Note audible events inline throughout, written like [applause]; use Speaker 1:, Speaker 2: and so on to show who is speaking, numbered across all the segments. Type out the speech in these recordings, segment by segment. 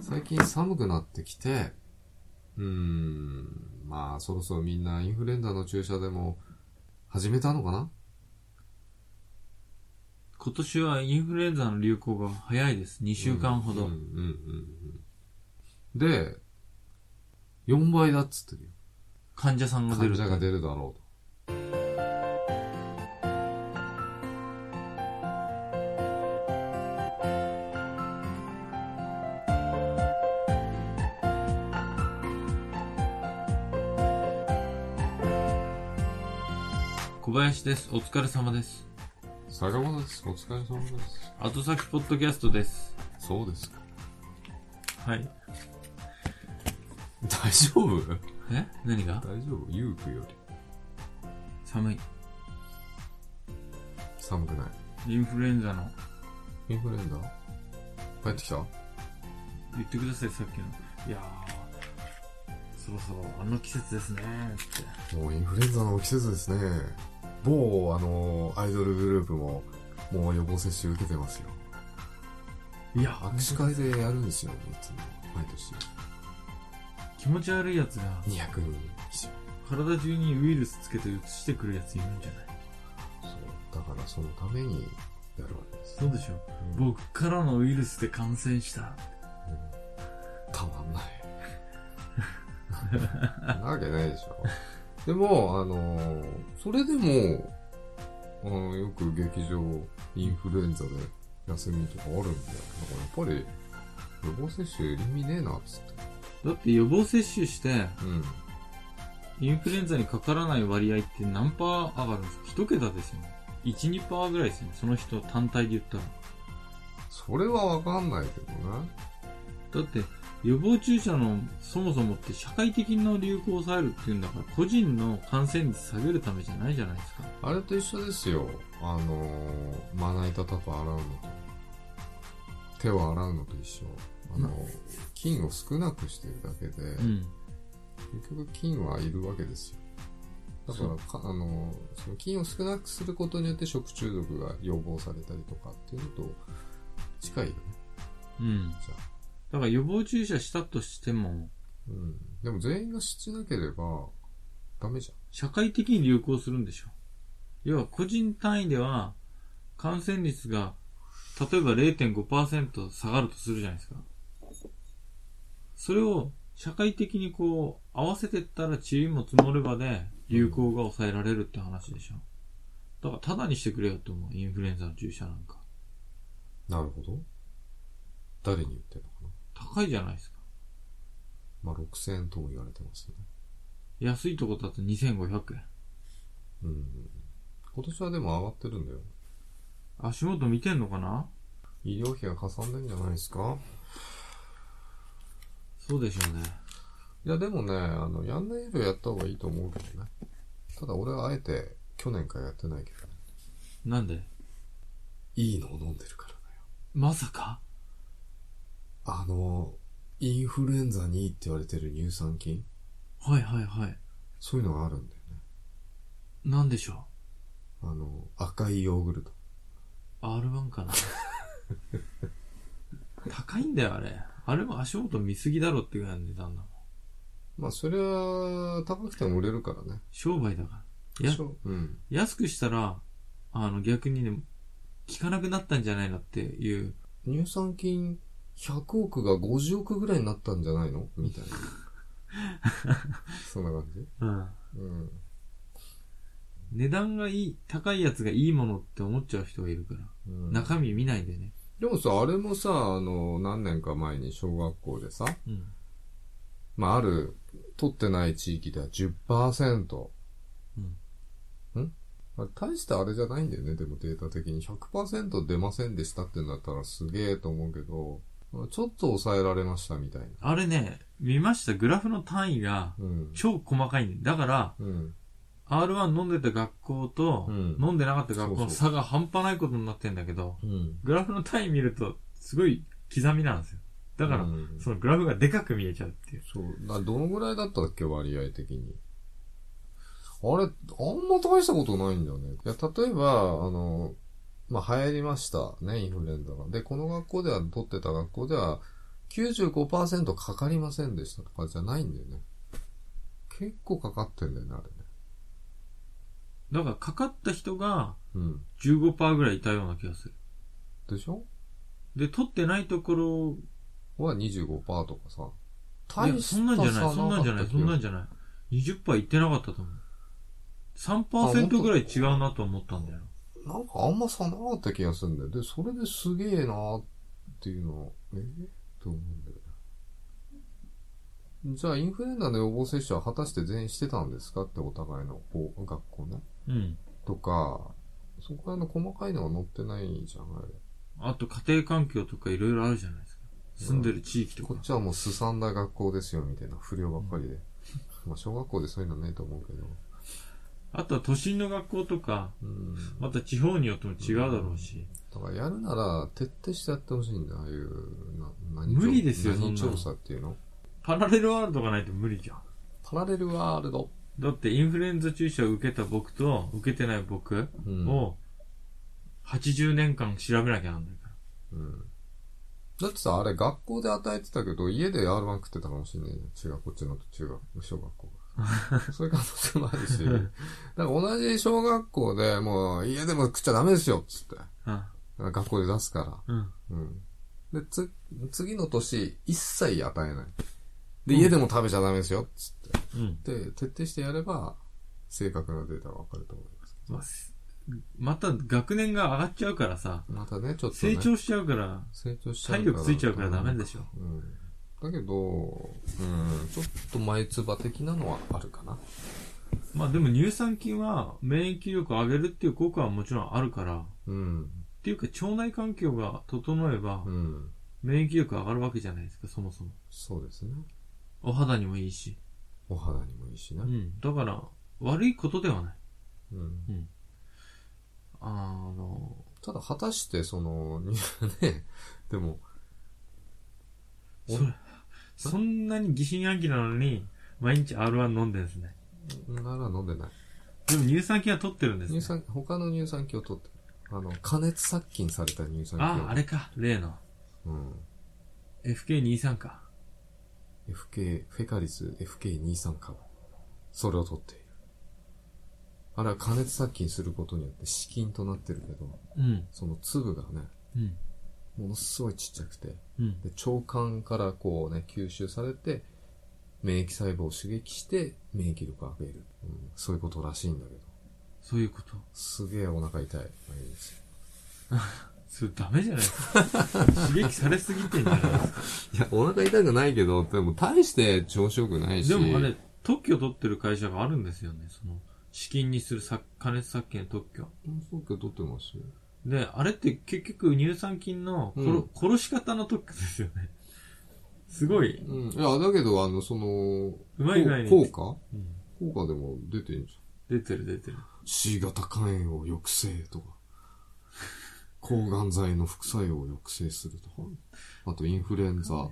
Speaker 1: 最近寒くなってきて、うーん、まあそろそろみんなインフルエンザの注射でも始めたのかな
Speaker 2: 今年はインフルエンザの流行が早いです。2週間ほど。
Speaker 1: うんうんうんうん。で、4倍だっつってるよ。
Speaker 2: 患者さんが出
Speaker 1: 患
Speaker 2: る。
Speaker 1: 者が出るだろうと。
Speaker 2: 小林です。お疲れ様です。
Speaker 1: 坂本です。お疲れ様です。
Speaker 2: 後先ポッドキャストです。
Speaker 1: そうです
Speaker 2: [laughs]
Speaker 1: か。
Speaker 2: はい。
Speaker 1: 大丈夫
Speaker 2: え何が
Speaker 1: 大丈夫ゆうくより
Speaker 2: 寒い。
Speaker 1: 寒くない。
Speaker 2: インフルエンザの。
Speaker 1: インフルエンザ帰ってきた
Speaker 2: 言ってください、さっきの。いやー、そろそろあの季節ですねって。
Speaker 1: もうインフルエンザの季節ですね。某、あの、アイドルグループも、もう予防接種受けてますよ。
Speaker 2: いや、
Speaker 1: 握手会でやるんですよ、いつも。毎年。
Speaker 2: 気持ち悪いやつが、
Speaker 1: 200人以上。
Speaker 2: 体中にウイルスつけて移してくるやついるんじゃない
Speaker 1: そう。だからそのためにやるわけです。
Speaker 2: そうでしょ
Speaker 1: うん
Speaker 2: 僕からのウイルスで感染した。
Speaker 1: たまんない。なわけないでし [laughs] ょ。でも、あのそれでも、あのよく劇場、インフルエンザで休みとかあるんだよ。だからやっぱり、予防接種意味ねえな、つって。
Speaker 2: だって予防接種して、
Speaker 1: うん。
Speaker 2: インフルエンザにかからない割合って何パー上がるんですか一桁ですよね。1、2パーぐらいですよね。その人単体で言ったら。
Speaker 1: それはわかんないけどね。
Speaker 2: だって、予防注射のそもそもって社会的な流行を抑えるっていうんだから、個人の感染率下げるためじゃないじゃないですか。
Speaker 1: あれと一緒ですよ。あのまな板とか洗うのと、手を洗うのと一緒。あの菌を少なくしてるだけで、
Speaker 2: うん。
Speaker 1: 結局菌はいるわけですよ。だからか、あの、その菌を少なくすることによって食中毒が予防されたりとかっていうのと近いよね、
Speaker 2: うん。
Speaker 1: じゃあ。
Speaker 2: だから予防注射したとしても、
Speaker 1: うん。でも全員が知ってなければダメじ
Speaker 2: 社会的に流行するんでしょ。要は個人単位では、感染率が、例えば0.5%下がるとするじゃないですか。それを社会的にこう、合わせてったら塵も積もればで、流行が抑えられるって話でしょ。だから、ただにしてくれよって思う。インフルエンザの注射なんか。
Speaker 1: ゃん。なるほど。誰に言ってるのかな
Speaker 2: 高いじゃないですか。
Speaker 1: まあ、6000円とも言われてますね。
Speaker 2: 安いとこだと2500円。
Speaker 1: うん。今年はでも上がってるんだよ。
Speaker 2: 足元見てんのかな
Speaker 1: 医療費がかさんでんじゃないですか
Speaker 2: そうでしょうね。
Speaker 1: いや、でもね、あの、やんないよりはやった方がいいと思うけどね。ただ俺はあえて去年からやってないけどね。
Speaker 2: なんで
Speaker 1: いいのを飲んでるからね。
Speaker 2: まさか
Speaker 1: あの、インフルエンザにいいって言われてる乳酸菌
Speaker 2: はいはいはい。
Speaker 1: そういうのがあるんだよね。
Speaker 2: なんでしょう
Speaker 1: あの、赤いヨーグルト。
Speaker 2: R1 かな [laughs] 高いんだよ、あれ。あれも足元見すぎだろってぐらいの値段だもん。
Speaker 1: まあ、それは、高くても売れるからね。
Speaker 2: 商売だから。や
Speaker 1: し、ょうん。
Speaker 2: 安くしたら、あの、逆にね、効かなくなったんじゃないのっていう。
Speaker 1: 乳酸菌100億が50億ぐらいになったんじゃないのみたい
Speaker 2: [laughs]
Speaker 1: な。そんな感じ
Speaker 2: うん。
Speaker 1: うん。
Speaker 2: 値段がいい、高いやつがいいものって思っちゃう人がいるから。
Speaker 1: うん、
Speaker 2: 中身見ないでね。
Speaker 1: でもさ、あれもさ、あの、何年か前に小学校でさ、
Speaker 2: うん。
Speaker 1: まあ、ある、取ってない地域では10%。。
Speaker 2: うん
Speaker 1: んあれ大したあれじゃないんだよね、でもデータ的に。100%出ませんでしたってんだったらすげえと思うけど、ちょっと抑えられましたみたいな。
Speaker 2: あれね、見ました。グラフの単位が
Speaker 1: うん。
Speaker 2: 超細かいんだよだから、
Speaker 1: うん。
Speaker 2: R1 飲んでた学校と、
Speaker 1: うん
Speaker 2: 飲んでなかった学校
Speaker 1: そう
Speaker 2: の
Speaker 1: そう
Speaker 2: 差が半端ないことになってんだけど、
Speaker 1: うん。
Speaker 2: グラフの単位見ると、すごい刻みなんですよ。だから、
Speaker 1: うん
Speaker 2: そのグラフがでかく見えちゃうっていう。
Speaker 1: そう。などのぐらいだったっけ、割合的に。あれ、あんま大したことないんだよね。いや、例えば、あの、まあ、流行りましたね、インフルエンザが。で、この学校では、取ってた学校では、 95%かかりませんでしたとかじゃないんだよね。結構かかってんだよね、あれね。
Speaker 2: だからかかった人が
Speaker 1: うん。
Speaker 2: 15%ぐらいいたような気がする。
Speaker 1: でしょ
Speaker 2: で、取ってないところ、
Speaker 1: は25%とかさ。
Speaker 2: いや、そんなんじゃない、そんなんじゃない、そんなん
Speaker 1: じ
Speaker 2: じゃない。20%いってなかったと思う。3%ぐらい違うなと思ったんだよ。
Speaker 1: ゃなんかあんま差なかった気がするんだよ。で、それですげえなーっていうのは、えと思うんだよね。じゃあ、インフルエンザの予防接種は果たして全員してたんですかってお互いのこう学校ね。
Speaker 2: うん。
Speaker 1: とか、そこら辺の細かいのは載ってないじゃん、あれ。
Speaker 2: あと家庭環境とかいろいろあるじゃないですか。住んでる地域とか
Speaker 1: こっ。ちはもうすさんだ学校ですよ、みたいな不良ばっかりで。まあ、小学校でそういうのねえと思うけど。
Speaker 2: あとは都心の学校とか、
Speaker 1: うん。
Speaker 2: また地方によっても違うだろうし。
Speaker 1: だからやるなら、徹底してやってほしいんだよ、ああいう、な、何
Speaker 2: 無理ですよ
Speaker 1: 何
Speaker 2: そん
Speaker 1: 調
Speaker 2: なの
Speaker 1: 査っていうの
Speaker 2: パラレルワールドがないと無理じゃん。
Speaker 1: パラレルワールド。
Speaker 2: だってインフルエンザ注射を受けた僕と受けてない僕
Speaker 1: うん。
Speaker 2: を80年間調べなきゃなんないから。
Speaker 1: うん。だってさ、あれ学校で与えてたけど、家で R1 食ってたかもしんないじゃん。違う、こっちのと中学、小学校
Speaker 2: [laughs]
Speaker 1: が。そういう可能性もあるし。だから同じ小学校でもう、家でも食っちゃダメですよ、つって。
Speaker 2: あ
Speaker 1: 学校で出すから。
Speaker 2: うん。
Speaker 1: うん。で、つ、次の年、一切与えない。で、
Speaker 2: うん
Speaker 1: 家でも食べちゃダメですよ、つっ
Speaker 2: うん。
Speaker 1: て。で、徹底してやれば、正確なデータがわかると思います。
Speaker 2: まあすまた学年が上がっちゃうからさ、
Speaker 1: またね、ちょっと、ね。
Speaker 2: 成長しちゃうから、
Speaker 1: 成長しちゃう
Speaker 2: 体力ついちゃうからダメで
Speaker 1: し
Speaker 2: しょ。
Speaker 1: ょ。うん。だけど、うん、ちょっと前唾的なのはあるかな。
Speaker 2: まあでも乳酸菌は免疫力を上げるっていう効果はもちろんあるから、っ
Speaker 1: うん。
Speaker 2: ていうか腸内環境が整えば
Speaker 1: うん。
Speaker 2: 免疫力上がるわけじゃないですか、そもそも。
Speaker 1: そうですね。
Speaker 2: お肌にもいいし。
Speaker 1: お肌にもいいしね
Speaker 2: う。ん。だから、悪いことではない。
Speaker 1: うん。
Speaker 2: あの、
Speaker 1: ただ、果たして、その、 [laughs] にね、でも、
Speaker 2: それ、そんなに疑心暗鬼なのに、毎日 R1 飲んでるんですね。
Speaker 1: なら飲んでない。
Speaker 2: でも乳酸菌は取ってるんですね。
Speaker 1: 乳酸、他の乳酸菌を取ってる。あの、加熱殺菌された乳酸菌を。
Speaker 2: ああ、あれか、例の。
Speaker 1: うん。
Speaker 2: FK23 か。
Speaker 1: FK、フェカリス FK23 株。それを取っている。あれは加熱殺菌することによって死菌となってるけど、
Speaker 2: うん。
Speaker 1: その粒がね、
Speaker 2: うん。
Speaker 1: ものすごいちっちゃくて、
Speaker 2: うん。
Speaker 1: で腸管からこうね、吸収されて、免疫細胞を刺激して免疫力を上げる、うん。そういうことらしいんだけど。
Speaker 2: そういうこと。
Speaker 1: すげえお腹痛い。毎日
Speaker 2: それダメじゃないですか。
Speaker 1: [laughs]
Speaker 2: 刺激されすぎてんじゃないですか。
Speaker 1: いや、お腹痛くないけど、でも大して調子良くないし。
Speaker 2: でもあれ、特許取ってる会社があるんですよね。その、資金にするさ加熱殺菌の特許。
Speaker 1: そうけど撮ってますよ。
Speaker 2: で、あれって結局乳酸菌の殺,、
Speaker 1: うん
Speaker 2: 殺し方の特許ですよね。すごい。
Speaker 1: うん。いや、だけど、あの、その、
Speaker 2: うまい具合に
Speaker 1: 効果
Speaker 2: うん
Speaker 1: 効果でも出てんじゃん。
Speaker 2: 出てる出てる。
Speaker 1: C 型肝炎を抑制とか、 [laughs] 抗がん剤の副作用を抑制するとか、あとインフルエンザ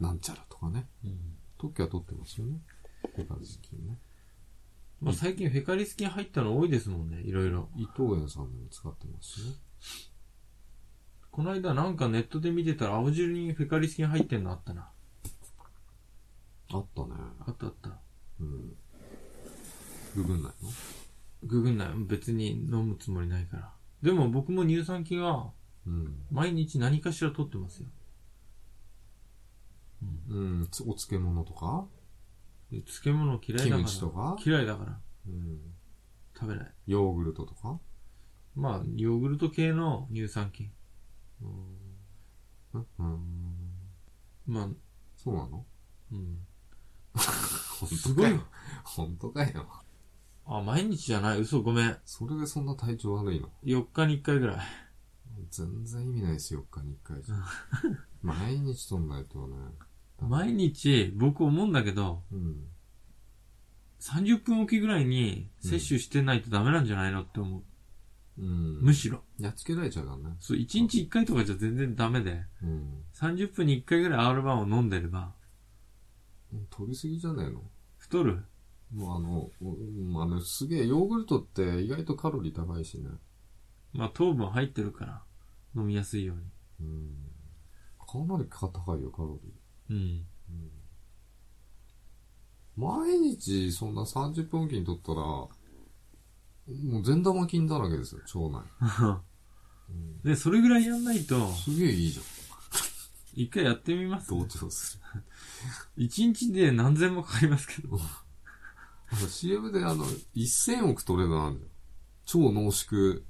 Speaker 1: なんちゃらとかね。
Speaker 2: うん
Speaker 1: 特許は取ってますよね。ペカリス菌ね。
Speaker 2: まあ、最近フェカリス菌入ったの多いですもんね、いろいろ。
Speaker 1: 伊藤園さんでも使ってますよね。
Speaker 2: この間なんかネットで見てたら青汁にフェカリス菌入ってんのあったな。
Speaker 1: あったね。
Speaker 2: あったあった。
Speaker 1: うん。ググんないの
Speaker 2: ググんない。別に飲むつもりないから。でも僕も乳酸菌は
Speaker 1: うん。
Speaker 2: 毎日何かしら取ってますよ。
Speaker 1: うん。つお漬物とか
Speaker 2: で漬物嫌いだ
Speaker 1: キ
Speaker 2: から。
Speaker 1: ムチとか
Speaker 2: 嫌いだから。
Speaker 1: うん。
Speaker 2: 食べない。
Speaker 1: ヨーグルトとか
Speaker 2: まあ、ヨーグルト系の乳酸菌。
Speaker 1: うんうん。
Speaker 2: まあ、
Speaker 1: そうな
Speaker 2: [laughs]
Speaker 1: の
Speaker 2: うん。
Speaker 1: す
Speaker 2: すごいよ。
Speaker 1: 本当かよ。
Speaker 2: あ、毎日じゃない。嘘、ごめん。
Speaker 1: それでそんな体調悪いの
Speaker 2: 4日に1回ぐらい。
Speaker 1: 全然意味ないですよ、4日に1回じゃ。毎日とんないとね。
Speaker 2: 毎日、僕思うんだけど、
Speaker 1: うん。
Speaker 2: 30分おきぐらいに摂取してないとダメなんじゃないのって思う。
Speaker 1: うん。
Speaker 2: むしろ。
Speaker 1: やっつけられちゃうからね。
Speaker 2: そう、1日1回とかじゃ全然ダメで、
Speaker 1: うん。
Speaker 2: 30分に1回ぐらい R1 を飲んでれば、
Speaker 1: 取りすぎじゃねえの
Speaker 2: 太る。
Speaker 1: もうあの、うんあの、すげえ、ヨーグルトって意外とカロリー高いしね。
Speaker 2: まあ、糖分入ってるから、飲みやすいように。
Speaker 1: うん。かなり高いよ、カロリー。
Speaker 2: うん。
Speaker 1: うん毎日そんな30分おきに取ったら、もう善玉菌だらけですよ、腸内。うん
Speaker 2: で、それぐらいやんないと、
Speaker 1: すげえいいじゃ
Speaker 2: 一回やってみます
Speaker 1: ん。同調する。
Speaker 2: 一日で何千もかかりますけど。
Speaker 1: あの CM であの、1000億取れるのあるじゃん。超濃縮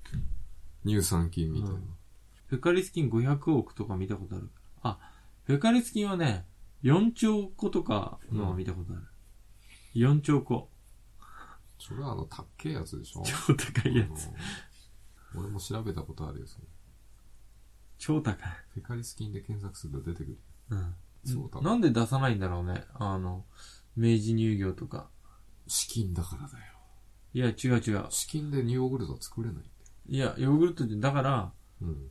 Speaker 1: 乳酸菌みたいな。
Speaker 2: フェカリス菌500億とか見たことある。あ、フェカリス菌はね、4兆個とかのは見たことある。4兆個。
Speaker 1: それはあの、たっけえやつでしょ
Speaker 2: 超高いやつ。
Speaker 1: あの俺も調べたことあるよ、その
Speaker 2: 超高い。
Speaker 1: フェカリス菌で検索すると出てくる。
Speaker 2: うん。
Speaker 1: そうだ。
Speaker 2: なんで出さないんだろうね。あの、明治乳業とか。
Speaker 1: 資金だからだよ。
Speaker 2: いや、違う違う。
Speaker 1: 資金でニューヨーグルトは作れないんだよ。
Speaker 2: いや、ヨーグルトって、だから、
Speaker 1: うん。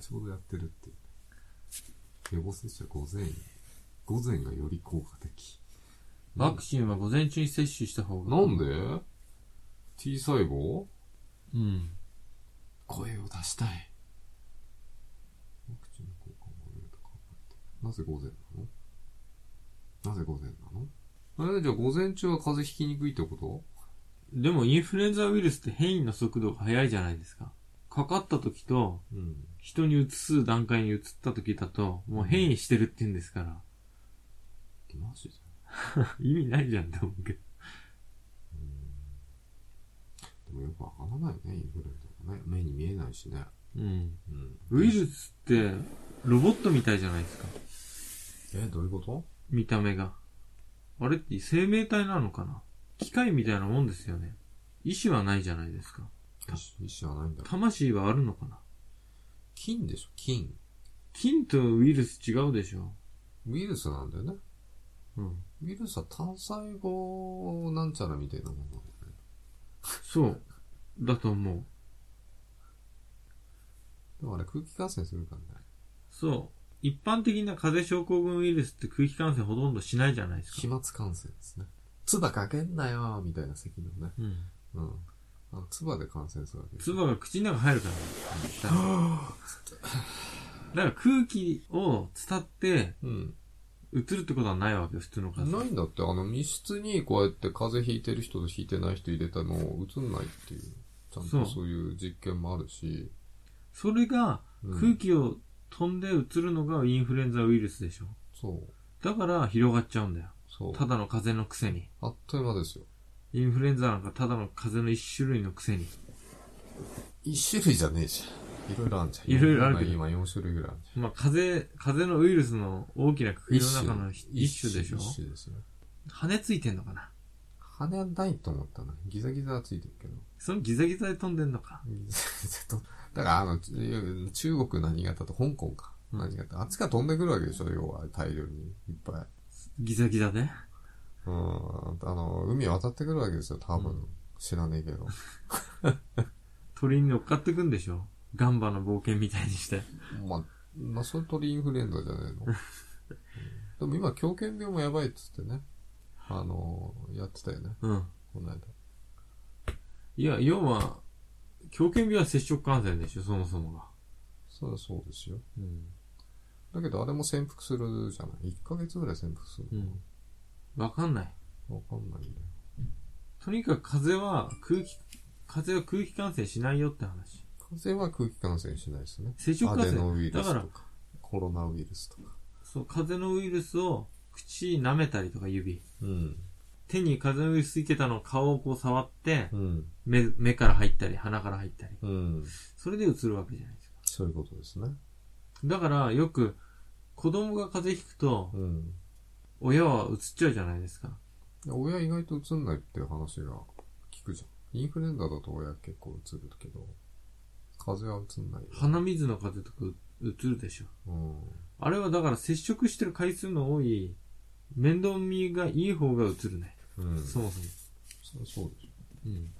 Speaker 1: ちょうどやってるっていう。予防接種は午前。午前がより効果的。
Speaker 2: ワクチンは午前中に接種した方が。
Speaker 1: なんで ?T 細胞
Speaker 2: うん。
Speaker 1: 声を出したい。ワクチンの効果もあると考えて。なぜ午前なのなぜ午前なのえ、じゃあ午前中は風邪ひきにくいってこと
Speaker 2: でもインフルエンザウイルスって変異の速度が速いじゃないですか。かかった時と、
Speaker 1: うん。
Speaker 2: 人に移す段階に移った時だと、もう変異してるって言うんですから。 [laughs]
Speaker 1: マジで
Speaker 2: 意味ないじゃんって思うけど。
Speaker 1: でもよくわからないね、インフルエンザがね。目に見えないしね。
Speaker 2: うん。
Speaker 1: うん。
Speaker 2: ウイルスって、ロボットみたいじゃないですか。
Speaker 1: え、どういうこと
Speaker 2: 見た目が。あれって生命体なのかな機械みたいなもんですよね。意志はないじゃないですか。
Speaker 1: 意思はないんだ。
Speaker 2: 魂はあるのかな
Speaker 1: 菌でしょ、菌。
Speaker 2: 菌とウイルス違うでしょ。
Speaker 1: ウイルスなんだよね。
Speaker 2: うん。
Speaker 1: ウイルスは単細胞なんちゃらみたいなもんなんだよね。
Speaker 2: そう。だと思う。
Speaker 1: でもあれ空気感染するからね。
Speaker 2: そう。一般的な風邪症候群ウイルスって空気感染ほとんどしないじゃないです
Speaker 1: 飛
Speaker 2: か。
Speaker 1: 沫感染ですね。唾かけんなよみたいな咳のね。
Speaker 2: うん。
Speaker 1: うん。あの、唾で感染するわけです。
Speaker 2: 唾が口の中入る [laughs] から。だからだから空気を伝って
Speaker 1: うん。
Speaker 2: 移るってことはないわけよ、普通の風邪。
Speaker 1: ないんだって、あの、密室にこうやって風邪ひいてる人とひいてない人入れたのを移んないっていう。ちゃん
Speaker 2: そ
Speaker 1: と
Speaker 2: う
Speaker 1: そういう実験もあるし。
Speaker 2: それが
Speaker 1: うん
Speaker 2: 空気を飛んで移るのがインフルエンザウイルスでしょ。
Speaker 1: そう。
Speaker 2: だから広がっちゃうんだよ。
Speaker 1: そう。
Speaker 2: ただの風邪のくせに。
Speaker 1: あっという間ですよ。
Speaker 2: インフルエンザなんかただの風邪の一種類のくせに。
Speaker 1: 一種類じゃねえじゃん。いろいろあるじゃん。
Speaker 2: いろいろあるけど
Speaker 1: 今4種類ぐらいあるじゃん。
Speaker 2: まあ風邪、風邪のウイルスの大きなくくりの中の一一種でしょ
Speaker 1: 一種ですね。
Speaker 2: 羽ついてんのかな
Speaker 1: 羽ないと思ったな。ギザギザはついてるけど。
Speaker 2: そのギザギザで飛んでんのか。
Speaker 1: [laughs] ギザギザと。だからあの、ち中国何型と香港か。
Speaker 2: うん
Speaker 1: 何型。あっちが飛んでくるわけでしょ、要は。大量に。いっぱい。
Speaker 2: ギザギザで。
Speaker 1: うん。あの、海渡ってくるわけですよ、多分。
Speaker 2: うん
Speaker 1: 知らねえけど。
Speaker 2: 鳥に乗っかってくんでしょガンバの冒険みたいにして。
Speaker 1: まあ、まあ、それ鳥インフルエンザじゃねえ [laughs] の。うんでも今、狂犬病もやばいっつってね。あの、やってたよね、
Speaker 2: うん。
Speaker 1: この間。
Speaker 2: いや、要は、狂犬病は接触感染でしょ、そもそもが。
Speaker 1: そりゃそうですよ。
Speaker 2: うん。
Speaker 1: だけどあれも潜伏するじゃない。1ヶ月ぐらい潜伏する
Speaker 2: う
Speaker 1: のか
Speaker 2: ん。わかんない。
Speaker 1: な。わ、かんないんだよ。
Speaker 2: とにかく風邪は空気、風邪は空気感染しないよって話。
Speaker 1: 風邪は空気感染しないですね。
Speaker 2: 接触
Speaker 1: ア
Speaker 2: 感
Speaker 1: デノウイル
Speaker 2: 染。
Speaker 1: ス
Speaker 2: だ
Speaker 1: と
Speaker 2: から
Speaker 1: か、、コロナウイルスとか。
Speaker 2: そう、風邪のウイルスを口舐めたりとか指。
Speaker 1: うん。
Speaker 2: 手に風邪のウイルスついてたのを顔をこう触って、
Speaker 1: うん。
Speaker 2: 目、目から入ったり、鼻から入ったり。
Speaker 1: うん。
Speaker 2: それで移るわけじゃないですか。
Speaker 1: そういうことですね。
Speaker 2: だから、よく、子供が風邪ひくと
Speaker 1: う、ん。
Speaker 2: 親は移っちゃうじゃないですか。
Speaker 1: で親意外と映んないっていう話が聞くじゃん。インフルエンザだと親結構映るけど、風邪は映んないよ。
Speaker 2: 鼻水の風邪とかう移るでしょ。
Speaker 1: うん。
Speaker 2: あれはだから接触してる回数の多い、面倒見がいい方が移るね。
Speaker 1: うん。
Speaker 2: そもそも。
Speaker 1: そそうでし
Speaker 2: うん。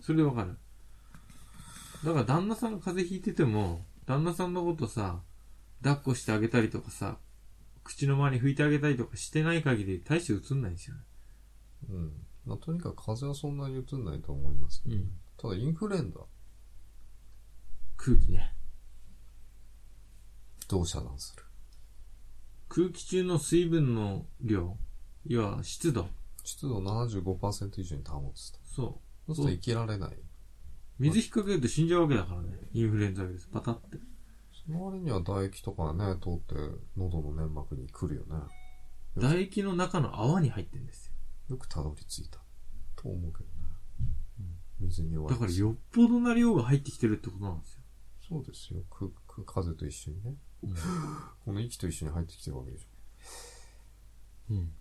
Speaker 2: それでわかる。だから旦那さんが風邪ひいてても、旦那さんのことさ、抱っこしてあげたりとかさ、口の周り拭いてあげたりとかしてない限り大して移んないんですよね。
Speaker 1: ょ。うん。まあ、とにかく風邪はそんなに映んないと思いますけど、
Speaker 2: うん
Speaker 1: ただインフルエンザ、
Speaker 2: 空気ね。
Speaker 1: 気投遮断する。
Speaker 2: 空気中の水分の量、要は湿度。
Speaker 1: 湿度75%以上に保つと。
Speaker 2: そ
Speaker 1: そうすると生きられない。
Speaker 2: う。水引っ掛けると死んじゃうわけだからね。インフルエンザウイルス。パタって。
Speaker 1: その割には唾液とかね、通って喉の粘膜に来るよね。
Speaker 2: 唾液の中の泡に入ってんですよ。
Speaker 1: よくたどり着いた。と思うけどね。水に弱い
Speaker 2: だ
Speaker 1: です。
Speaker 2: からよっぽどな量が入ってきてるってことなんですよ。
Speaker 1: そうですよ。く、く、風と一緒にね。この息と一緒に入ってきてるわけでしょ。
Speaker 2: うん。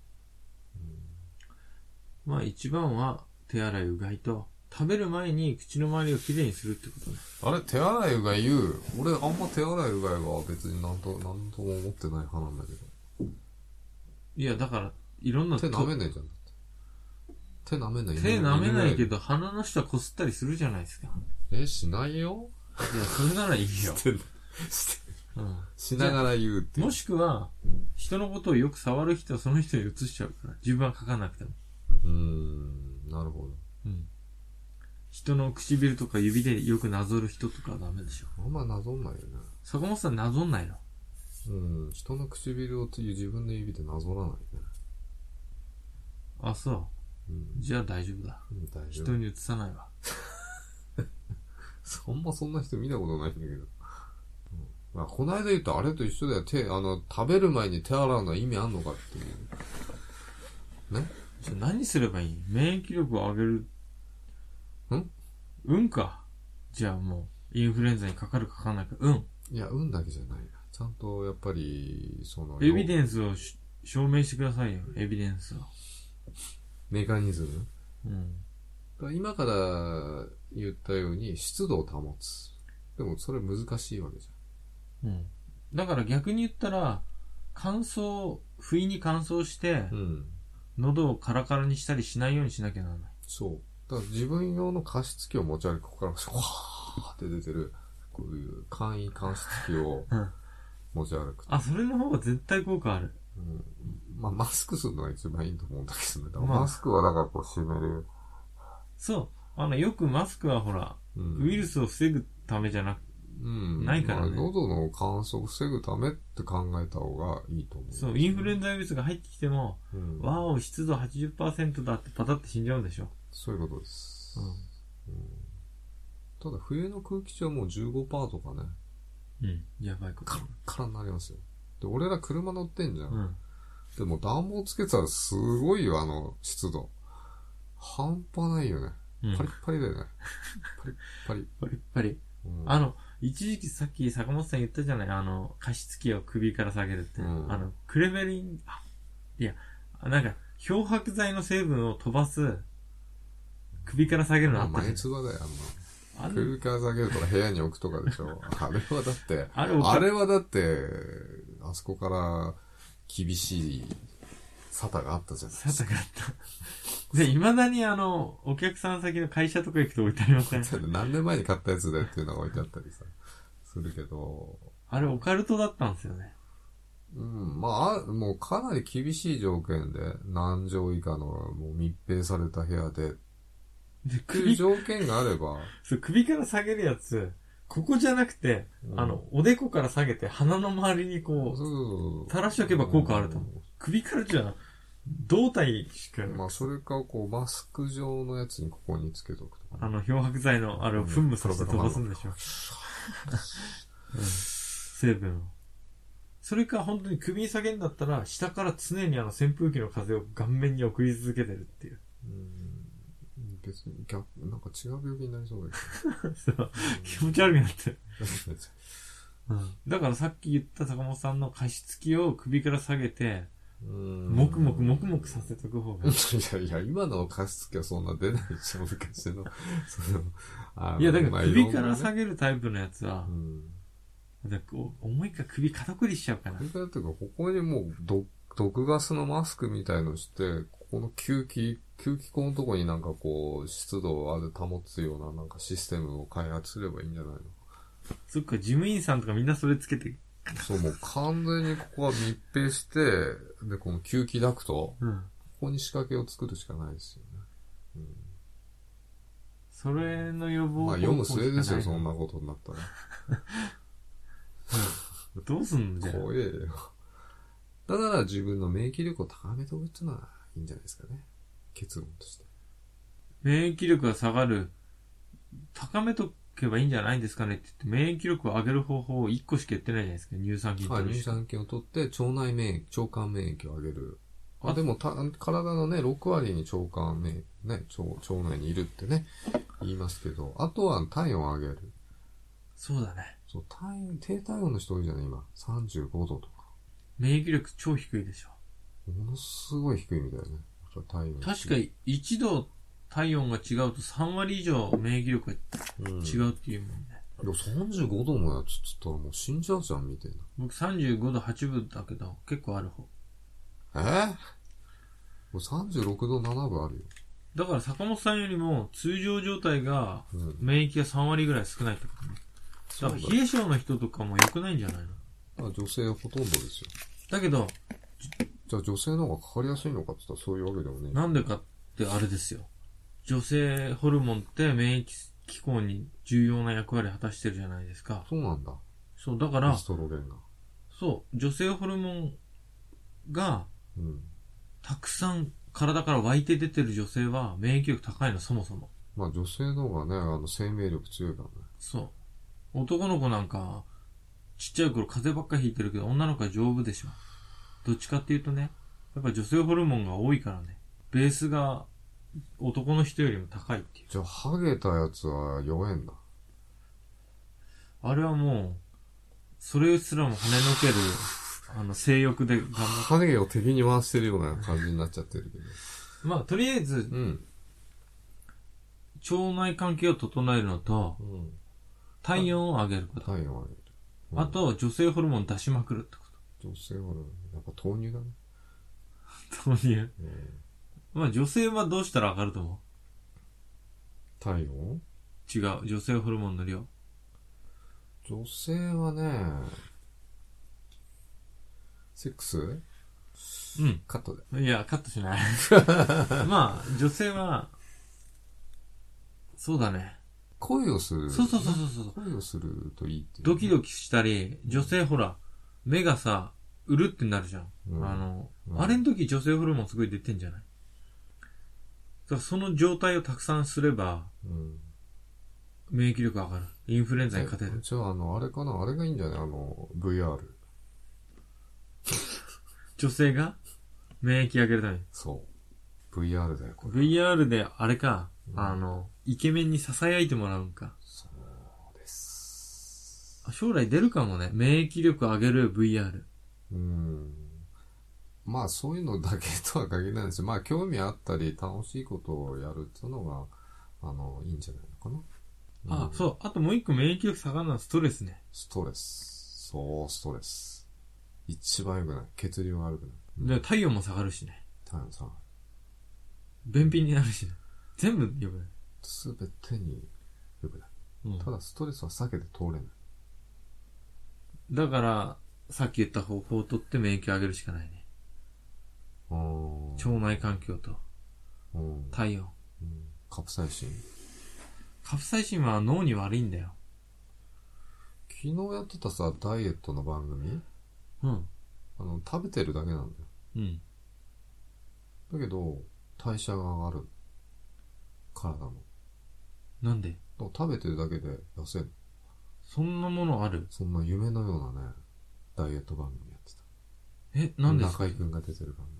Speaker 2: まあ一番は手洗いうがいと、食べる前に口の周りをきれいにするってことね。
Speaker 1: あれ、手洗いうがい言う。俺、あんま手洗いうがいは別になんと、なんとも思ってない派なんだけど。
Speaker 2: いや、だから、いろんな。
Speaker 1: 手舐めないいじゃん。だって手舐めない。
Speaker 2: 手舐めないけ
Speaker 1: ど。
Speaker 2: ど、鼻の下こすったりするじゃないですか。
Speaker 1: え、しないよ
Speaker 2: いや、それならい
Speaker 1: [laughs]
Speaker 2: いよ。
Speaker 1: て、して、
Speaker 2: うん。
Speaker 1: しながら言うっていう
Speaker 2: も。しくは、人のことをよく触る人はその人に移しちゃうから、自分は書かなくても。
Speaker 1: うーん、なるほど。
Speaker 2: うん。人の唇とか指でよくなぞる人とかはダメでしょ。
Speaker 1: あんまなぞんないよね。
Speaker 2: 坂本さんなぞんないの
Speaker 1: うん、人の唇をつい自分の指でなぞらないね。
Speaker 2: あ、そうう。
Speaker 1: ん、
Speaker 2: じゃあ大丈夫だ。
Speaker 1: うん大丈
Speaker 2: 人
Speaker 1: 夫。
Speaker 2: に移さないわ。
Speaker 1: あんまそんな人見たことないんだけど。うんまあ、こないだ言ったあれと一緒だよ。手、あの、食べる前に手洗うのは意味あんのかっていう。
Speaker 2: じゃあ何すればいい免疫力を上げる。
Speaker 1: ん
Speaker 2: うんか。じゃあもう、インフルエンザにかかるかかんないか。うん。
Speaker 1: いや、運だけじゃないな。ちゃんと、やっぱり、その、
Speaker 2: エビデンスをし証明してくださいよ。エビデンスを。
Speaker 1: メカニズム
Speaker 2: うん。
Speaker 1: だから今から言ったように湿度を保つ。でもそれ難しいわけじ
Speaker 2: うん。だから逆に言ったら、乾燥、不意に乾燥して
Speaker 1: ゃん。、うん。
Speaker 2: 喉をカラカラにしたりしないようにしなきゃならない。
Speaker 1: そう。だから自分用の加湿器を持ち歩き、ここからシュワーって出てる、こういう簡易加湿器を
Speaker 2: うん
Speaker 1: 持ち歩くと。
Speaker 2: あ、それの方が絶対効果ある。
Speaker 1: うん、まあマスクするのが一番いいと思うんだけどね。だから
Speaker 2: まあ
Speaker 1: マスクはだからこう閉める。
Speaker 2: そう。あの、よくマスクはほら、
Speaker 1: うん
Speaker 2: ウイルスを防ぐためじゃなく、
Speaker 1: うん。
Speaker 2: ないからね
Speaker 1: まあ喉の乾燥を防ぐためって考えた方がいいと思う。
Speaker 2: そう、インフルエンザウイルスが入ってきても、
Speaker 1: うん、
Speaker 2: わお、湿度80%だってパタって死んじゃうんでしょ。
Speaker 1: そういうことです。ただ冬の空気中はもう15%とかね、
Speaker 2: うん。やばいこと
Speaker 1: カ。ラッカラになりますよ。で、俺ら車乗ってんじゃん。
Speaker 2: うん。
Speaker 1: でも暖房つけてたらすごいよ、あの湿度。半端ないよね。
Speaker 2: うん
Speaker 1: パリッパリだよね。パリッパリ。
Speaker 2: パリッパリ。
Speaker 1: うん
Speaker 2: あの、一時期さっき坂本さん言ったじゃないあの、加湿器を首から下げるって。
Speaker 1: うん
Speaker 2: あの、クレベリン、あいや、なんか、漂白剤の成分を飛ばす、首から下げるのあ
Speaker 1: まあ、
Speaker 2: ったじゃ
Speaker 1: 前
Speaker 2: ん
Speaker 1: つばだよ、あん
Speaker 2: あ
Speaker 1: な。
Speaker 2: れ
Speaker 1: 空間下げるとか部屋に置くとかでし
Speaker 2: [laughs]
Speaker 1: ょ。あれはだって、
Speaker 2: あれおか
Speaker 1: あれはだって、あそこから厳しい沙汰があったじゃない
Speaker 2: さたかった。で、未だにあの、お客さん先の会社とか行くと置いてありません。
Speaker 1: だって [laughs] 何年前に買ったやつだよっていうのが置いてあったりさ、するけど、
Speaker 2: あれオカルトだったんですよね。
Speaker 1: うん、まあ、もうかなり厳しい条件で、何畳以下のもう密閉された部屋で、って
Speaker 2: で、
Speaker 1: いう
Speaker 2: 首、
Speaker 1: 条件があれば、
Speaker 2: そう首から下げるやつ、ここじゃなくて、
Speaker 1: うん
Speaker 2: あの、おでこから下げて鼻の周りにこう、
Speaker 1: そう
Speaker 2: [laughs] 垂らしておけば効果あると思首からじゃ、胴体しか、
Speaker 1: まあ、それか、こう、マスク状のやつにここにつけとくとか、
Speaker 2: あの、漂白剤の、あれを噴霧させて飛ばすんでしょ。うん成分を。それか、本当に首に下げんだったら、下から常にあの扇風機の風を顔面に送り続けてるっていう。
Speaker 1: うん、別に逆、なんか違う病気になりそうだ
Speaker 2: そう気持ち悪くなってる。
Speaker 1: けど。
Speaker 2: だからさっき言った坂本さんの加湿器を首から下げて、
Speaker 1: うん
Speaker 2: もくもくもくもくさせとく方が。
Speaker 1: いやいや、今の加湿器はそんな出ないでしょ、昔の。その、あの
Speaker 2: いや、だか
Speaker 1: まあ
Speaker 2: ら
Speaker 1: いろ
Speaker 2: 首
Speaker 1: ん
Speaker 2: か
Speaker 1: なね
Speaker 2: ら下げるタイプのやつは
Speaker 1: う、ん。
Speaker 2: だからこう思いっか首肩こりしちゃうから
Speaker 1: 首。からというか、ここにもう毒、毒ガスのマスクみたいのして、ここの吸気、吸気口のとこになんかこう、湿度をある保つようななんかシステムを開発すればいいんじゃないの
Speaker 2: そっか、事務員さんとかみんなそれつけて。
Speaker 1: そう、もう完全にここは密閉して、で、この吸気ダクト、こ
Speaker 2: うん。
Speaker 1: こに仕掛けを作るしかないですよね。
Speaker 2: それの予防
Speaker 1: まあ、世の末ですよ、
Speaker 2: 方
Speaker 1: そん
Speaker 2: 法
Speaker 1: なことになったら。
Speaker 2: どうすんのじゃあ
Speaker 1: 怖えよ。だから自分の免疫力を高めておくっていうのはいいんじゃないですかね。結論として。
Speaker 2: 免疫力が下がる、高めとけばいいんじゃないんですかねって言って、免疫力を上げる方法を1個しか言ってないじゃないですか、乳酸菌
Speaker 1: はい、
Speaker 2: 取る
Speaker 1: 乳
Speaker 2: しか
Speaker 1: 酸菌を取って腸内免疫、腸管免疫を上げる。あ、でもた、体のね、6割に腸管免疫、ね、腸、腸内にいるってね、言いますけど、あとは体温を上げる。
Speaker 2: そうだね。
Speaker 1: そう、体温、低体温の人多いじゃない今。35度とか。
Speaker 2: 免疫力超低いでしょ。
Speaker 1: ものすごい低いみたいね。そう体温。
Speaker 2: 確かに1度体温が違うと3割以上免疫力が
Speaker 1: うん、
Speaker 2: 違うっていうもんね。
Speaker 1: いや、35度もやつっつったらもう死んじゃうじゃん、みたい
Speaker 2: 僕35度8分だけど、結構ある方。
Speaker 1: な。えもう36度7分あるよ。
Speaker 2: だから坂本さんよりも通常状態が
Speaker 1: うん。
Speaker 2: 免疫が3割ぐらい少ないってことね。だから冷え性の人とかも良くないんじゃないの
Speaker 1: だから女性ほとんどですよ。
Speaker 2: だけど、
Speaker 1: じゃあ女性の方がかかりやすいのかって言ったらそういうわけでもね。
Speaker 2: なんでかってあれですよ。女性ホルモンって免疫機構に重要な役割を果たしてるじゃないですか。
Speaker 1: そうなんだ。
Speaker 2: そう、だか
Speaker 1: エ
Speaker 2: ら
Speaker 1: ス、トロゲンが。
Speaker 2: そう、女性ホルモンが
Speaker 1: うん。
Speaker 2: たくさん体から湧いて出てる女性は免疫力高いの、そもそも。
Speaker 1: まあ女性の方がね、あの生命力強いからね。
Speaker 2: そう。男の子なんか、ちっちゃい頃風邪ばっかひいてるけど、女の子は丈夫でしょ。どっちかっていうとね、やっぱ女性ホルモンが多いからね、ベースが男の人よりも高いっていう。
Speaker 1: じゃあハゲたやつは弱えんだ。
Speaker 2: あれはもう、それすらも跳ねのける、あの、性欲で頑張っ
Speaker 1: ハゲを敵に回してるような感じになっちゃってるけど。
Speaker 2: [laughs] まあ、とりあえず、
Speaker 1: うん。
Speaker 2: 腸内環境を整えるのと、
Speaker 1: うん。
Speaker 2: 体温を上げること。
Speaker 1: 体温上げる。うん
Speaker 2: あと、女性ホルモン出しまくるってこ
Speaker 1: 女性はね、やっぱ豆乳だね。
Speaker 2: と。導入。
Speaker 1: うん
Speaker 2: まあ、女性はどうしたら上がると思
Speaker 1: 体温
Speaker 2: う違う。女性ホルモンの量。
Speaker 1: 女性はね、セックス
Speaker 2: うん。
Speaker 1: カットで。
Speaker 2: いや、カットしない。
Speaker 1: [laughs]
Speaker 2: まあ、女性は、そうだね。
Speaker 1: 恋をする。
Speaker 2: そうそうそうそうそう。
Speaker 1: 恋をするといいっていう。
Speaker 2: ドキドキしたり、女性ほら、目がさ、うるってなるじゃん。
Speaker 1: うん
Speaker 2: あの、
Speaker 1: うん
Speaker 2: あれの時女性ホルモンすごい出てんじゃないだからその状態をたくさんすれば、
Speaker 1: うん。
Speaker 2: 免疫力上がる。インフルエンザに勝て
Speaker 1: え
Speaker 2: る。
Speaker 1: じゃあ、あの、あれかなあれがいいんじゃないあの、VR。
Speaker 2: 女性が免疫上げるために。
Speaker 1: そう。VR だよ、これ。
Speaker 2: VR であれか、
Speaker 1: うん
Speaker 2: あの、イケメンに囁いてもらうんか。
Speaker 1: そうです。
Speaker 2: あ将来出るかもね。免疫力上げる VR。
Speaker 1: うん。まあ、そういうのだけとは限らないですまあ、興味あったり、楽しいことをやるっていうのが、あの、いいんじゃないのかな。
Speaker 2: あ、
Speaker 1: うん。
Speaker 2: そう。あともう一個免疫力下がるのはストレスね。
Speaker 1: ストレス。そう、ストレス。一番良くない。血流が悪くない。うん
Speaker 2: で、体温も下がるしね。
Speaker 1: 太陽さん。
Speaker 2: 便秘になるしね。全部良くない。
Speaker 1: すべてに良くない。
Speaker 2: うん
Speaker 1: ただ、ストレスは避けて通れない。
Speaker 2: だから、さっき言った方法をとって免疫を上げるしかないね。
Speaker 1: うん。
Speaker 2: 腸内環境と
Speaker 1: うん。
Speaker 2: 体温。
Speaker 1: うんカプサイシン。
Speaker 2: カプサイシンは脳に悪いんだよ。
Speaker 1: 昨日やってたさ、ダイエットの番組
Speaker 2: うん。
Speaker 1: あの、食べてるだけなんだよ。
Speaker 2: うん。
Speaker 1: だけど、代謝が上がる。体の。
Speaker 2: なんで
Speaker 1: だから食べてるだけで痩せる。
Speaker 2: そんなものある
Speaker 1: そんな夢のようなね、ダイエット番組やってた。
Speaker 2: え、なんですか
Speaker 1: 中井くんが出てる番組。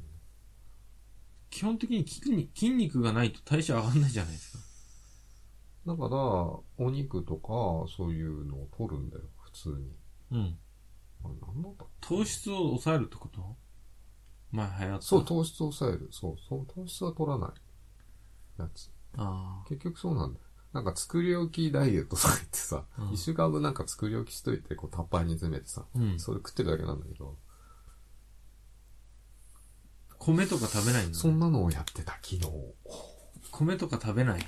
Speaker 2: 基本的に筋肉筋肉がないと代謝上がんないじゃないですか。
Speaker 1: だから、お肉とか、そういうのを取るんだよ、普通に。
Speaker 2: うん。
Speaker 1: あれ、なんだった
Speaker 2: 糖質を抑えるってこと前流行った。
Speaker 1: そう、。糖質を抑える。そう、そう、糖質は取らない。やつ。
Speaker 2: あ
Speaker 1: 結局そうなんだよ。なんか作り置きダイエットとか言ってさ、一、
Speaker 2: うん
Speaker 1: 週間分なんか作り置きしといて、こうタッパーに詰めてさ、
Speaker 2: あ。うん。
Speaker 1: それ食ってるだけなんだけど、
Speaker 2: 米とか食べないんだ
Speaker 1: そんなのをやってた、昨日。
Speaker 2: 米とか食べない。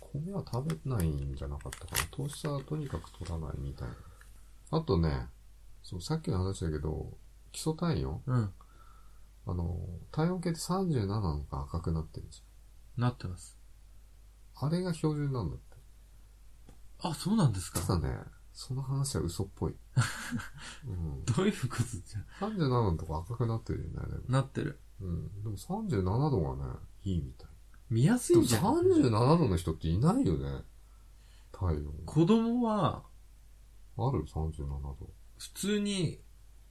Speaker 1: 米は食べないんじゃなかったかな。糖質はとにかく取らないみたいな。あとね、そう、さっきの話だけど、基礎体温
Speaker 2: うん。
Speaker 1: あの、体温計って37のか赤くなってるんですよ。
Speaker 2: なってます。
Speaker 1: あれが標準なんだって。
Speaker 2: あ、そうなんですか
Speaker 1: ただね、その話は嘘っ [laughs] ぽい。うん。
Speaker 2: どういうことじゃ
Speaker 1: 37のとこ赤くなってるよね、でも。
Speaker 2: なってる。
Speaker 1: うん。でも37度がね、いいみたい。
Speaker 2: 見やす
Speaker 1: で
Speaker 2: い
Speaker 1: も
Speaker 2: んじゃん。
Speaker 1: 37度の人っていないよね。太陽。
Speaker 2: 子供は、
Speaker 1: ある ?37 度。
Speaker 2: 普通に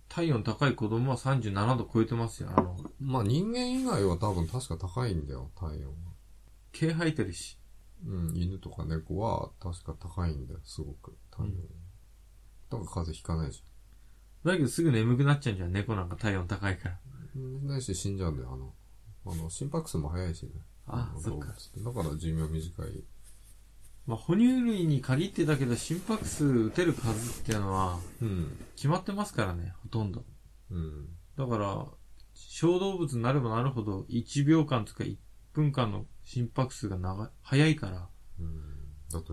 Speaker 2: 体温高い子供は37度超えてますよ。あの、
Speaker 1: まあ人間以外は多分確か高いんだよ、体温は。
Speaker 2: 毛生えてるし。
Speaker 1: うん、犬とか猫は確か高いんだよ、すごく。体温。
Speaker 2: うん
Speaker 1: だから風邪ひかないじ
Speaker 2: だけどすぐ眠くなっちゃうんじゃん。猫なんか体温高いから。
Speaker 1: ゃん。ないし死んじゃうんだよ、あの。あの、心拍数も速いしね。
Speaker 2: あ
Speaker 1: の
Speaker 2: そっか。
Speaker 1: 動物ってだから寿命短い。
Speaker 2: まあ、哺乳類に限ってだけど心拍数打てる数っていうのは
Speaker 1: うん。
Speaker 2: 決まってますからね、ほとんど。
Speaker 1: うん。
Speaker 2: だから、小動物になればなるほど1秒間とか1分間の心拍数が長い、早いから、
Speaker 1: うん。だって、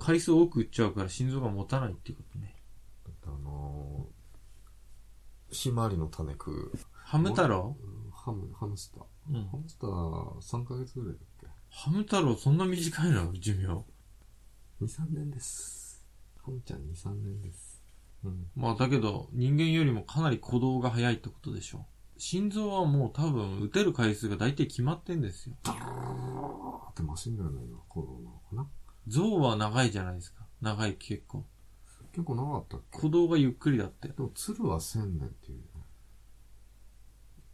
Speaker 2: 回数多く打っちゃうから心臓が持たないっていうことね。
Speaker 1: だってあのー、ひまわりの種食う。
Speaker 2: ハム太郎
Speaker 1: ハム、ハムスター。
Speaker 2: うん
Speaker 1: ハ。ムスター3ヶ月ぐらいだっけ
Speaker 2: ハム太郎そんな短いの寿命。
Speaker 1: ?2、3年です。ハムちゃん2、3年です。うん。
Speaker 2: まあだけど、人間よりもかなり鼓動が早いってことでしょう。心臓はもう多分打てる回数が大体決まってんですよ。
Speaker 1: あってマシンガンのような鼓動なのかな
Speaker 2: 象は長いじゃないですか。長い結構。
Speaker 1: 結構長かったっけ
Speaker 2: 鼓動がゆっくりだって。
Speaker 1: でも鶴は千年っていうよね。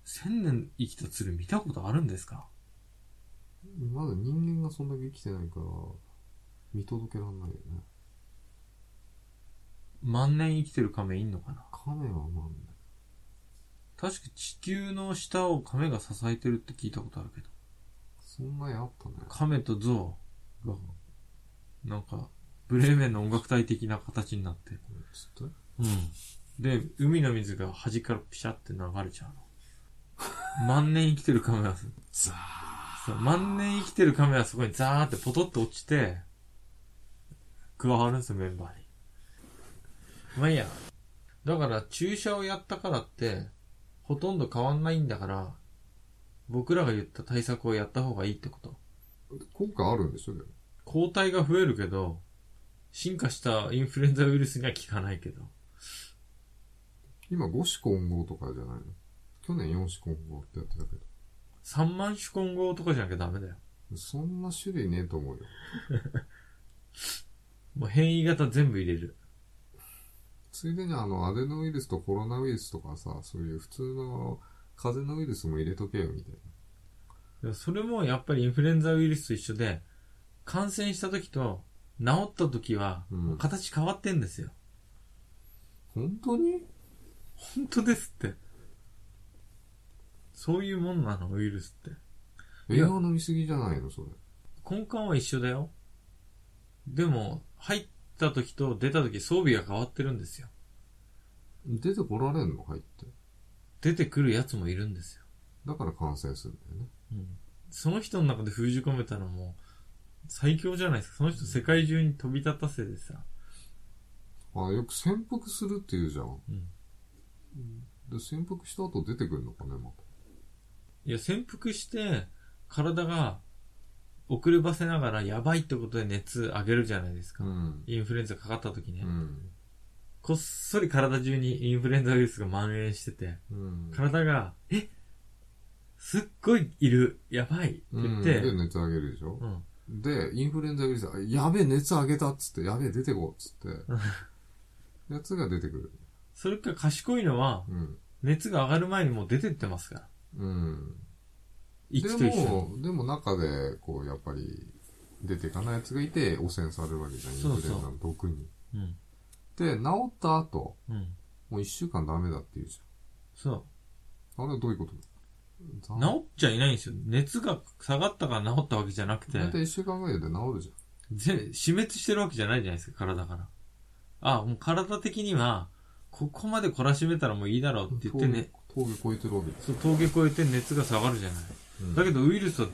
Speaker 2: 千年生きた鶴見たことあるんですか
Speaker 1: まだ人間がそんだけ生きてないから、見届けらんないよね。
Speaker 2: 万年生きてる亀いんのかな
Speaker 1: 亀はまあね、
Speaker 2: 確か地球の下を亀が支えてるって聞いたことあるけど。
Speaker 1: そんな絵あったね。
Speaker 2: 亀と象が、なんか、ブレーメンの音楽隊的な形になって。
Speaker 1: ちょっと
Speaker 2: うん。で、海の水が端からピシャって流れちゃうの。万年生きてる亀は、
Speaker 1: ザ
Speaker 2: そう万年生きてる亀はそこにザーってポトッと落ちて、加わるんですよ、メンバーに。まあいいや。だから、注射をやったからって、ほとんど変わんないんだから、僕らが言った対策をやった方がいいってこと。
Speaker 1: ー効果あるんでしょでも
Speaker 2: 抗体が増えるけど、進化したインフルエンザウイルスには効かないけど。
Speaker 1: 今5子混合とかじゃないの去年4子混合ってやってたけど。
Speaker 2: 3万種混合とかじゃなきゃダメだよ。
Speaker 1: そんな種類ねえと思うよ。
Speaker 2: もう変異型全部入れる。
Speaker 1: ついでにあの、アデノウイルスとコロナウイルスとかさ、そういう普通の風邪のウイルスも入れとけよみたいな。
Speaker 2: でもそれもやっぱりインフルエンザウイルスと一緒で、感染した時と治った時は
Speaker 1: うん、
Speaker 2: もう形変わってんですよ。
Speaker 1: 本当に
Speaker 2: 本当ですって。そういうもんなの、ウイルスって。い
Speaker 1: 栄
Speaker 2: や
Speaker 1: 養飲みすぎじゃないのそれ。
Speaker 2: 根幹は一緒だよ。でも、入った時と出た時装備が変わってるんですよ。
Speaker 1: 出てこられんの入って。
Speaker 2: 出てくるやつもいるんですよ。
Speaker 1: だから感染するんだよね。
Speaker 2: その人の中で封じ込めたのも最強じゃないですか。その人世界中に飛び立たせてさ。
Speaker 1: あ、よく潜伏するって言うじゃん。
Speaker 2: うん
Speaker 1: で、潜伏した後出てくるのかね、また。
Speaker 2: いや、潜伏して、体が遅ればせながらやばいってことで熱上げるじゃないですか。
Speaker 1: ん。
Speaker 2: インフルエンザかかった時ね、
Speaker 1: うん。
Speaker 2: こっそり体中にインフルエンザウイルスが蔓延してて、
Speaker 1: うん。
Speaker 2: 体が、えすっごいいるやばいって言って、
Speaker 1: うん、で、熱上げるでしょ
Speaker 2: う。ん
Speaker 1: で、インフルエンザウイルス、あやべえ、熱上げたっつって、やべえ、出てこっつっ
Speaker 2: [laughs]
Speaker 1: て。やつが出てくる。
Speaker 2: それから賢いのは、
Speaker 1: うん。
Speaker 2: 熱が上がる前にもう出てってますから。
Speaker 1: うん。で
Speaker 2: 息と一緒に。
Speaker 1: も、でも中で、こう、やっぱり、出ていかないやつがいて、汚染されるわけじゃん、インフ
Speaker 2: そうそう
Speaker 1: ルエンザの毒に。
Speaker 2: うん。
Speaker 1: で、治った後、
Speaker 2: うん。
Speaker 1: もう一週間ダメだって言うじ
Speaker 2: そ
Speaker 1: ゃん。あれはどういうこと
Speaker 2: う。
Speaker 1: だ
Speaker 2: 治っちゃいないんですよ。熱が下がったから治ったわけじゃなくて。
Speaker 1: だいたい一週間ぐらいで治るじゃん。
Speaker 2: 全死滅してるわけじゃないじゃないですか、体から。あ、もう体的には、ここまで懲らしめたらもういいだろうって言ってね、
Speaker 1: 峠。峠越えてるわけです。
Speaker 2: そう峠越えて熱が下がるじゃない。
Speaker 1: うん
Speaker 2: だけどウイルスは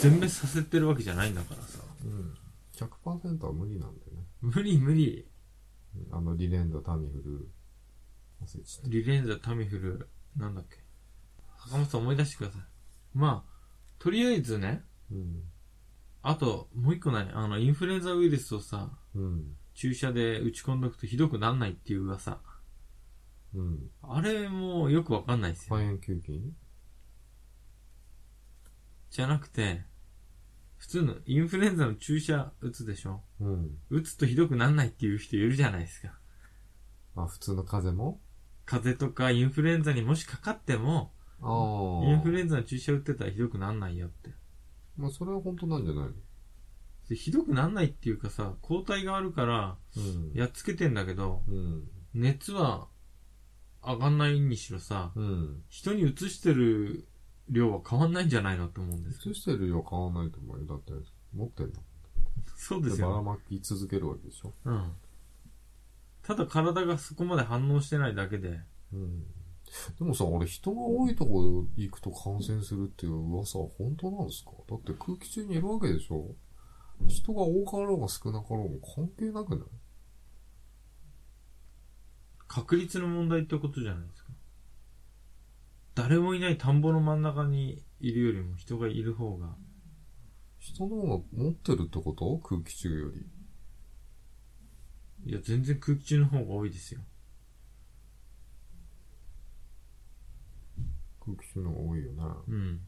Speaker 2: 全滅させてるわけじゃないんだからさ。
Speaker 1: うん。100%は無理なんだよね。
Speaker 2: 無理無理。
Speaker 1: あの、リレンダ、タミフル、忘れちゃっ
Speaker 2: リレンザ、タミフル、なんだっけ。坂本さん思い出してください。まあ、とりあえずね、
Speaker 1: た。うん。
Speaker 2: あと、もう一個ないあの、インフルエンザウイルスをさ、
Speaker 1: うん。
Speaker 2: 注射で打ち込んどくとひどくなんないっていう噂。
Speaker 1: うん。
Speaker 2: あれもよくわかんないですよ。
Speaker 1: 肺炎球菌
Speaker 2: じゃなくて、普通のインフルエンザの注射打つでしょ
Speaker 1: うん。
Speaker 2: 打つとひどくなんないっていう人いるじゃないですか。
Speaker 1: あ、普通の風邪も
Speaker 2: 風邪とかインフルエンザにもしかかっても、
Speaker 1: ああ。
Speaker 2: インフルエンザの注射打ってたらひどくなんないよって。
Speaker 1: まあ、それは本当なんじゃないの
Speaker 2: でひどくなんないっていうかさ、抗体があるから、
Speaker 1: うん。
Speaker 2: やっつけてんだけど、
Speaker 1: うん。
Speaker 2: 熱は上がんないにしろさ、
Speaker 1: うん。
Speaker 2: 人に移してる量は変わんないんじゃないのと思うんですけ
Speaker 1: 移してる量変わんないと思うよ。だって、持ってんの。
Speaker 2: ど。そうです
Speaker 1: でばら
Speaker 2: よ、ね。
Speaker 1: まき続けるわけでしょ。
Speaker 2: うん。ただ体がそこまで反応してないだけで、
Speaker 1: うん。でもさ、俺人が多いとこ行くと感染するっていう噂は本当なんですかだって空気中にいるわけでしょ人が多かろうが少なかろうが関係なくない
Speaker 2: 確率の問題ってことじゃないですか。誰もいない田んぼの真ん中にいるよりも人がいる方が、
Speaker 1: 人の方が持ってるってこと空気中より。
Speaker 2: いや、全然空気中の方が多いですよ。
Speaker 1: 空気中の方が多いよね。
Speaker 2: うん。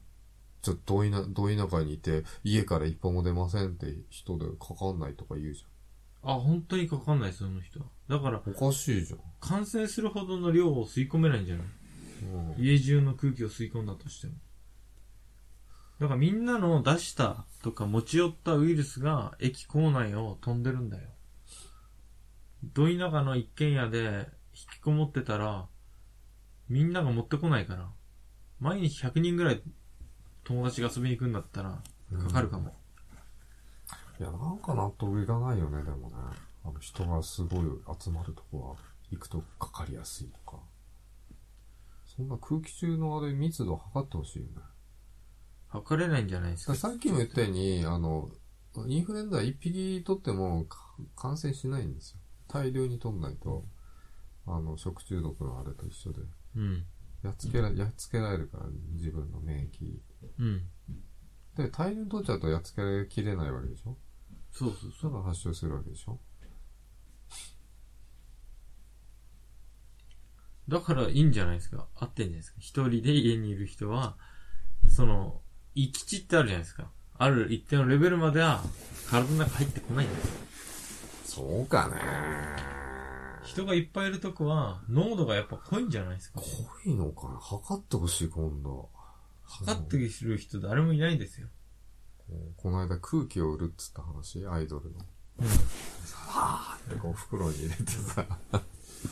Speaker 1: じゃあ、どいな、どいなかにいて、家から一歩も出ませんって人でかかんないとか言うじ
Speaker 2: あ、本当にかかんない、その人は。だから、
Speaker 1: ゃん。おかしいじゃん。
Speaker 2: 感染するほどの量を吸い込めないんじゃない
Speaker 1: うん。
Speaker 2: 家中の空気を吸い込んだとしても。だからみんなの出したとか持ち寄ったウイルスが駅構内を飛んでるんだよ。ど田舎の一軒家で引きこもってたら、みんなが持ってこないから、毎日100人ぐらい友達が遊びに行くんだったら、かかるかも。
Speaker 1: いや、なんか納得いかないよね、でもね。あの、人がすごい集まるとこは、行くとかかりやすいとか。そんな空気中のあれ、密度測ってほしいよね。
Speaker 2: 測れないんじゃないです
Speaker 1: だから
Speaker 2: か。
Speaker 1: さっきも言ったように、あの、インフルエンザ一匹取ってもか感染しないんですよ。大量に取んないと、あの、食中毒のあれと一緒で。
Speaker 2: うん。
Speaker 1: やっつけら、やっつけられるから、自分の免疫。
Speaker 2: うん。
Speaker 1: で、大量に取っちゃうとやっつけきれないわけでしょ
Speaker 2: そうそうそ
Speaker 1: だ
Speaker 2: う。
Speaker 1: から発症するわけでしょ
Speaker 2: だからいいんじゃないですか。合ってんじゃないですか。一人で家にいる人は、その、行き地ってあるじゃないですか。ある一定のレベルまでは、体の中入ってこないんです。
Speaker 1: そうかね
Speaker 2: 人がいっぱいいるとこは、濃度がやっぱ濃いんじゃないですか。
Speaker 1: 濃いのかな測ってほしい、今度。
Speaker 2: 測ってる人誰もいないんですよ。
Speaker 1: こうこの間空気を売るっつった話、アイドルの。
Speaker 2: うん
Speaker 1: さあーってこう袋に入れてさ、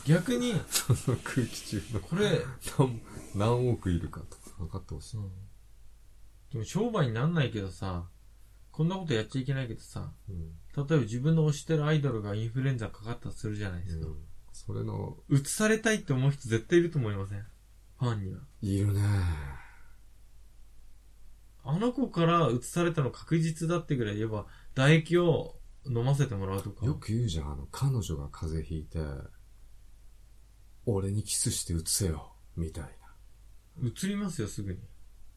Speaker 2: 逆に、
Speaker 1: その [laughs] 空気中の
Speaker 2: これ、
Speaker 1: 何何億いるかとか測ってほしい。
Speaker 2: でも商売になんないけどさ、こんなことやっちゃいけないけどさ、
Speaker 1: うん。
Speaker 2: 例えば自分の推してるアイドルがインフルエンザかかったとするじゃないですか。
Speaker 1: うんそれの、
Speaker 2: うつされたいって思う人絶対いると思いませんファンには。
Speaker 1: いるね
Speaker 2: あの子から移されたの確実だってぐらい言えば、唾液を飲ませてもらうとか。
Speaker 1: よく言うじゃん、あの、彼女が風邪ひいて、俺にキスしてうつせよ、みたいな。
Speaker 2: 移りますよ、すぐに。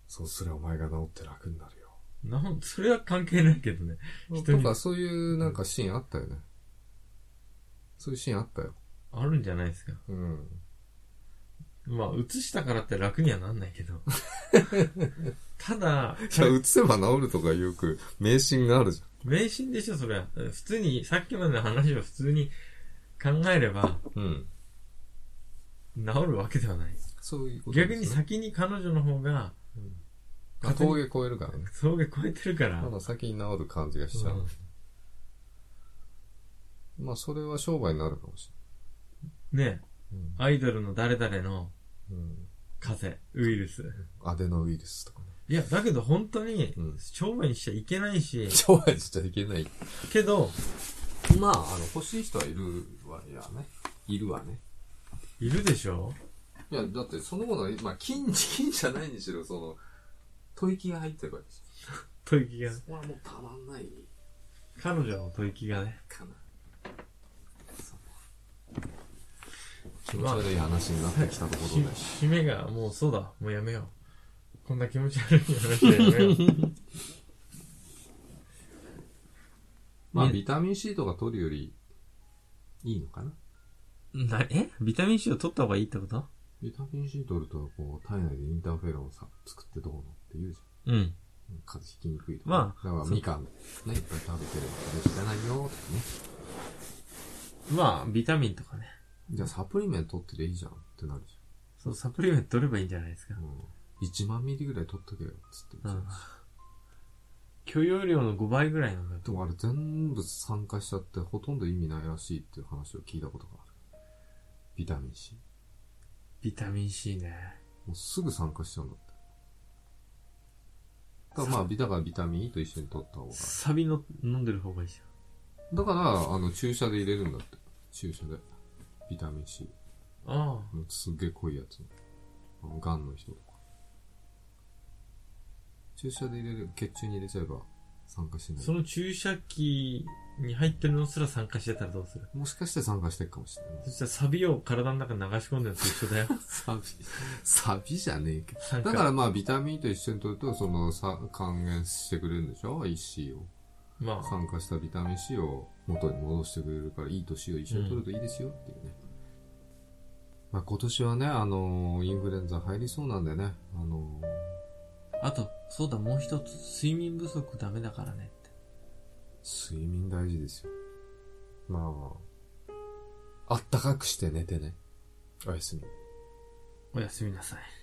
Speaker 1: そうすりゃお前が治って楽になるよ。
Speaker 2: なん、それは関係ないけどね。人
Speaker 1: [laughs] と
Speaker 2: に
Speaker 1: か、そういうなんかシーンあったよね。そういうシーンあったよ。
Speaker 2: あるんじゃないですか。
Speaker 1: うん。
Speaker 2: まあ、移したからって楽にはなんない
Speaker 1: [laughs]
Speaker 2: けど。ただ、
Speaker 1: じゃあ、うつせば治るとかよく迷信があるじ
Speaker 2: 迷信でしょ、それは。普通に、さっきまでの話を普通に考えれば、
Speaker 1: ゃん。うん。
Speaker 2: 治るわけではない。
Speaker 1: そういうこと
Speaker 2: 逆に先に彼女の方が、
Speaker 1: あ、峠越えるからね。
Speaker 2: 峠越えてるから
Speaker 1: ま。だ先に治る感じがしちゃう。まあ、それは商売になるかもし
Speaker 2: うんね
Speaker 1: れない。
Speaker 2: アイドルの誰々の
Speaker 1: うん。うん
Speaker 2: 風邪、ウイルス。
Speaker 1: アデノウイルスと [laughs] かね。
Speaker 2: いや、だけど本当に
Speaker 1: う、ん
Speaker 2: 商売にしちゃいけないし、
Speaker 1: 商売しちゃいけない。
Speaker 2: けど、
Speaker 1: まあ、あの、欲しい人はいるわやね。いるわね。
Speaker 2: いるでしょ
Speaker 1: いや、だって、そのことは、まあ、金、金じゃないにしろ、その、吐息が入ってるわけです
Speaker 2: 吐息が。
Speaker 1: これはもうたまんない
Speaker 2: 彼女の吐息がね。
Speaker 1: かな。気持ち悪い話になってきたところで。
Speaker 2: し締めが、もうそうだ、もうやめよう。こんな気持ち悪い話はやめよう。
Speaker 1: まあ、
Speaker 2: ね
Speaker 1: ビタミン C とか取るより、
Speaker 3: いいのかな
Speaker 2: [laughs] な、えビタミン C を取った方がいいってこと
Speaker 1: ビタミン C 取ると、こう、体内でインターフェロンをさ、作ってどうのって言うじ
Speaker 2: うん。
Speaker 1: ゃん。風邪ひきにくいとか。
Speaker 2: まあ
Speaker 1: だから
Speaker 2: そう
Speaker 1: みかん、ね、いっぱい食べてれば風邪ひかないよ、とかね。
Speaker 2: まあ、ビタミンとかね。
Speaker 1: じゃあサプリメント取ってりゃいいじゃんってなるじ
Speaker 2: そう、サプリメント取ればいいんじゃないですか
Speaker 1: ゃん。。うん。1万ミリぐらい取っとけよ、つって
Speaker 2: う
Speaker 1: 言うんじゃん。。
Speaker 2: 許容量の5倍ぐらいなんだ
Speaker 1: で
Speaker 2: と。
Speaker 1: もあれ全部酸化しちゃってほとんど意味ないらしいっていう話を聞いたことがある。ビタミン C。
Speaker 2: ビタミン C ね。
Speaker 1: もうすぐ酸化しちゃうんだって。だからまあ、ビタがビタミン E と一緒に取った方が。
Speaker 2: サビの飲んでる方がいいじ
Speaker 1: だから、あの、注射で入れるんだって。注射で。ビタミン C。
Speaker 2: ゃん。ああ。
Speaker 1: すっげえ濃いやつ。あの、癌の人とか。注射で入れる、血中に入れちゃえば酸化しない
Speaker 2: そ。の注射器に入ってるのすら酸化してたらどうする
Speaker 1: もしかして酸化してるかもしれない
Speaker 2: そ。したらサビを体の中に流し込んでるのと一緒 [laughs] だよ。
Speaker 1: [laughs] サビ、サビじゃねえけど。
Speaker 2: 酸
Speaker 1: だ
Speaker 2: 化。
Speaker 1: からまあ、ビタミンと一緒に取ると、その、さ還元してくれるんでしょ ?1C を。
Speaker 2: まあ、
Speaker 1: 酸化したビタミン C を元に戻してくれるから、いい年を一緒に取るといいですよっていうね。まあ、今年はね、あのーインフルエンザ入りそうなんでね、あのー
Speaker 2: あと、そうだ、もう一つ、睡眠不足ダメだからねって。
Speaker 1: 睡眠大事ですよ。まあ、あったかくして寝てね。おやすみ。
Speaker 2: おやすみなさい。